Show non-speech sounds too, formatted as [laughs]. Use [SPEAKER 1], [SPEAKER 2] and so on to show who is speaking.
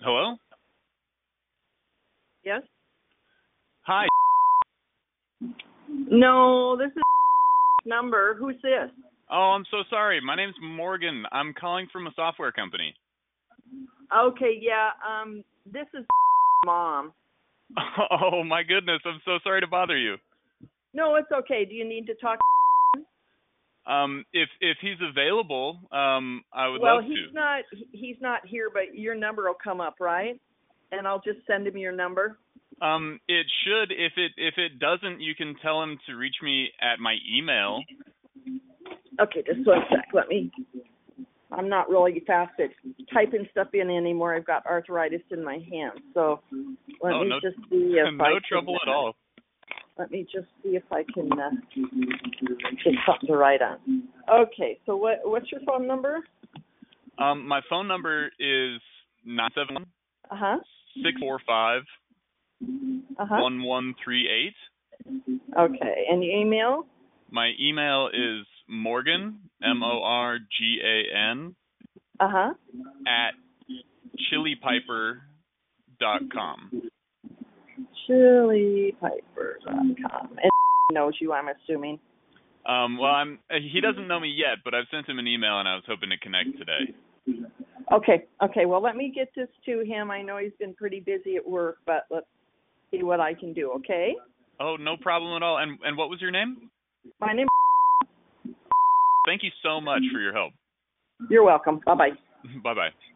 [SPEAKER 1] Hello?
[SPEAKER 2] Yes?
[SPEAKER 1] Hi.
[SPEAKER 2] No, this is [laughs] number. Who's this?
[SPEAKER 1] Oh, I'm so sorry. My name's Morgan. I'm calling from a software company. [laughs]
[SPEAKER 2] Okay, yeah. Um, this is [laughs] mom.
[SPEAKER 1] Oh my goodness. I'm so sorry to bother you.
[SPEAKER 2] No, it's okay. Do you need to talk?
[SPEAKER 1] Um if if he's available, um I would
[SPEAKER 2] well,
[SPEAKER 1] love
[SPEAKER 2] he's
[SPEAKER 1] to.
[SPEAKER 2] not. he- He's not here, but your number will come up, right? And I'll just send him your number.
[SPEAKER 1] Um it should if it if it doesn't, you can tell him to reach me at my email.
[SPEAKER 2] Okay, just one sec. Let me. I'm not really fast at typing stuff in anymore. I've got arthritis in my hands, so let
[SPEAKER 1] Oh,
[SPEAKER 2] me
[SPEAKER 1] no-
[SPEAKER 2] just see if
[SPEAKER 1] [laughs]
[SPEAKER 2] I
[SPEAKER 1] no
[SPEAKER 2] can,
[SPEAKER 1] trouble at
[SPEAKER 2] uh,
[SPEAKER 1] all.
[SPEAKER 2] Let me just see if I can uh, get something to write on. Okay, so what what's your phone number?
[SPEAKER 1] Um my phone number is nine seven one
[SPEAKER 2] Uh huh.
[SPEAKER 1] six four five
[SPEAKER 2] Uh huh.
[SPEAKER 1] one one three eight.
[SPEAKER 2] Okay, and your email?
[SPEAKER 1] My email is Morgan M O R G A N
[SPEAKER 2] Uh huh.
[SPEAKER 1] at chilipiper.com.
[SPEAKER 2] ChiliPiper.com. And [laughs] knows you, I'm assuming.
[SPEAKER 1] Um, well, I'm uh, he doesn't know me yet, but I've sent him an email and I was hoping to connect today.
[SPEAKER 2] Okay, okay. Well, let me get this to him. I know he's been pretty busy at work, but let's see what I can do. Okay.
[SPEAKER 1] Oh, no problem at all. And and what was your name?
[SPEAKER 2] My name.
[SPEAKER 1] Thank you so much for your help. [laughs]
[SPEAKER 2] You're welcome. Bye bye.
[SPEAKER 1] bye bye.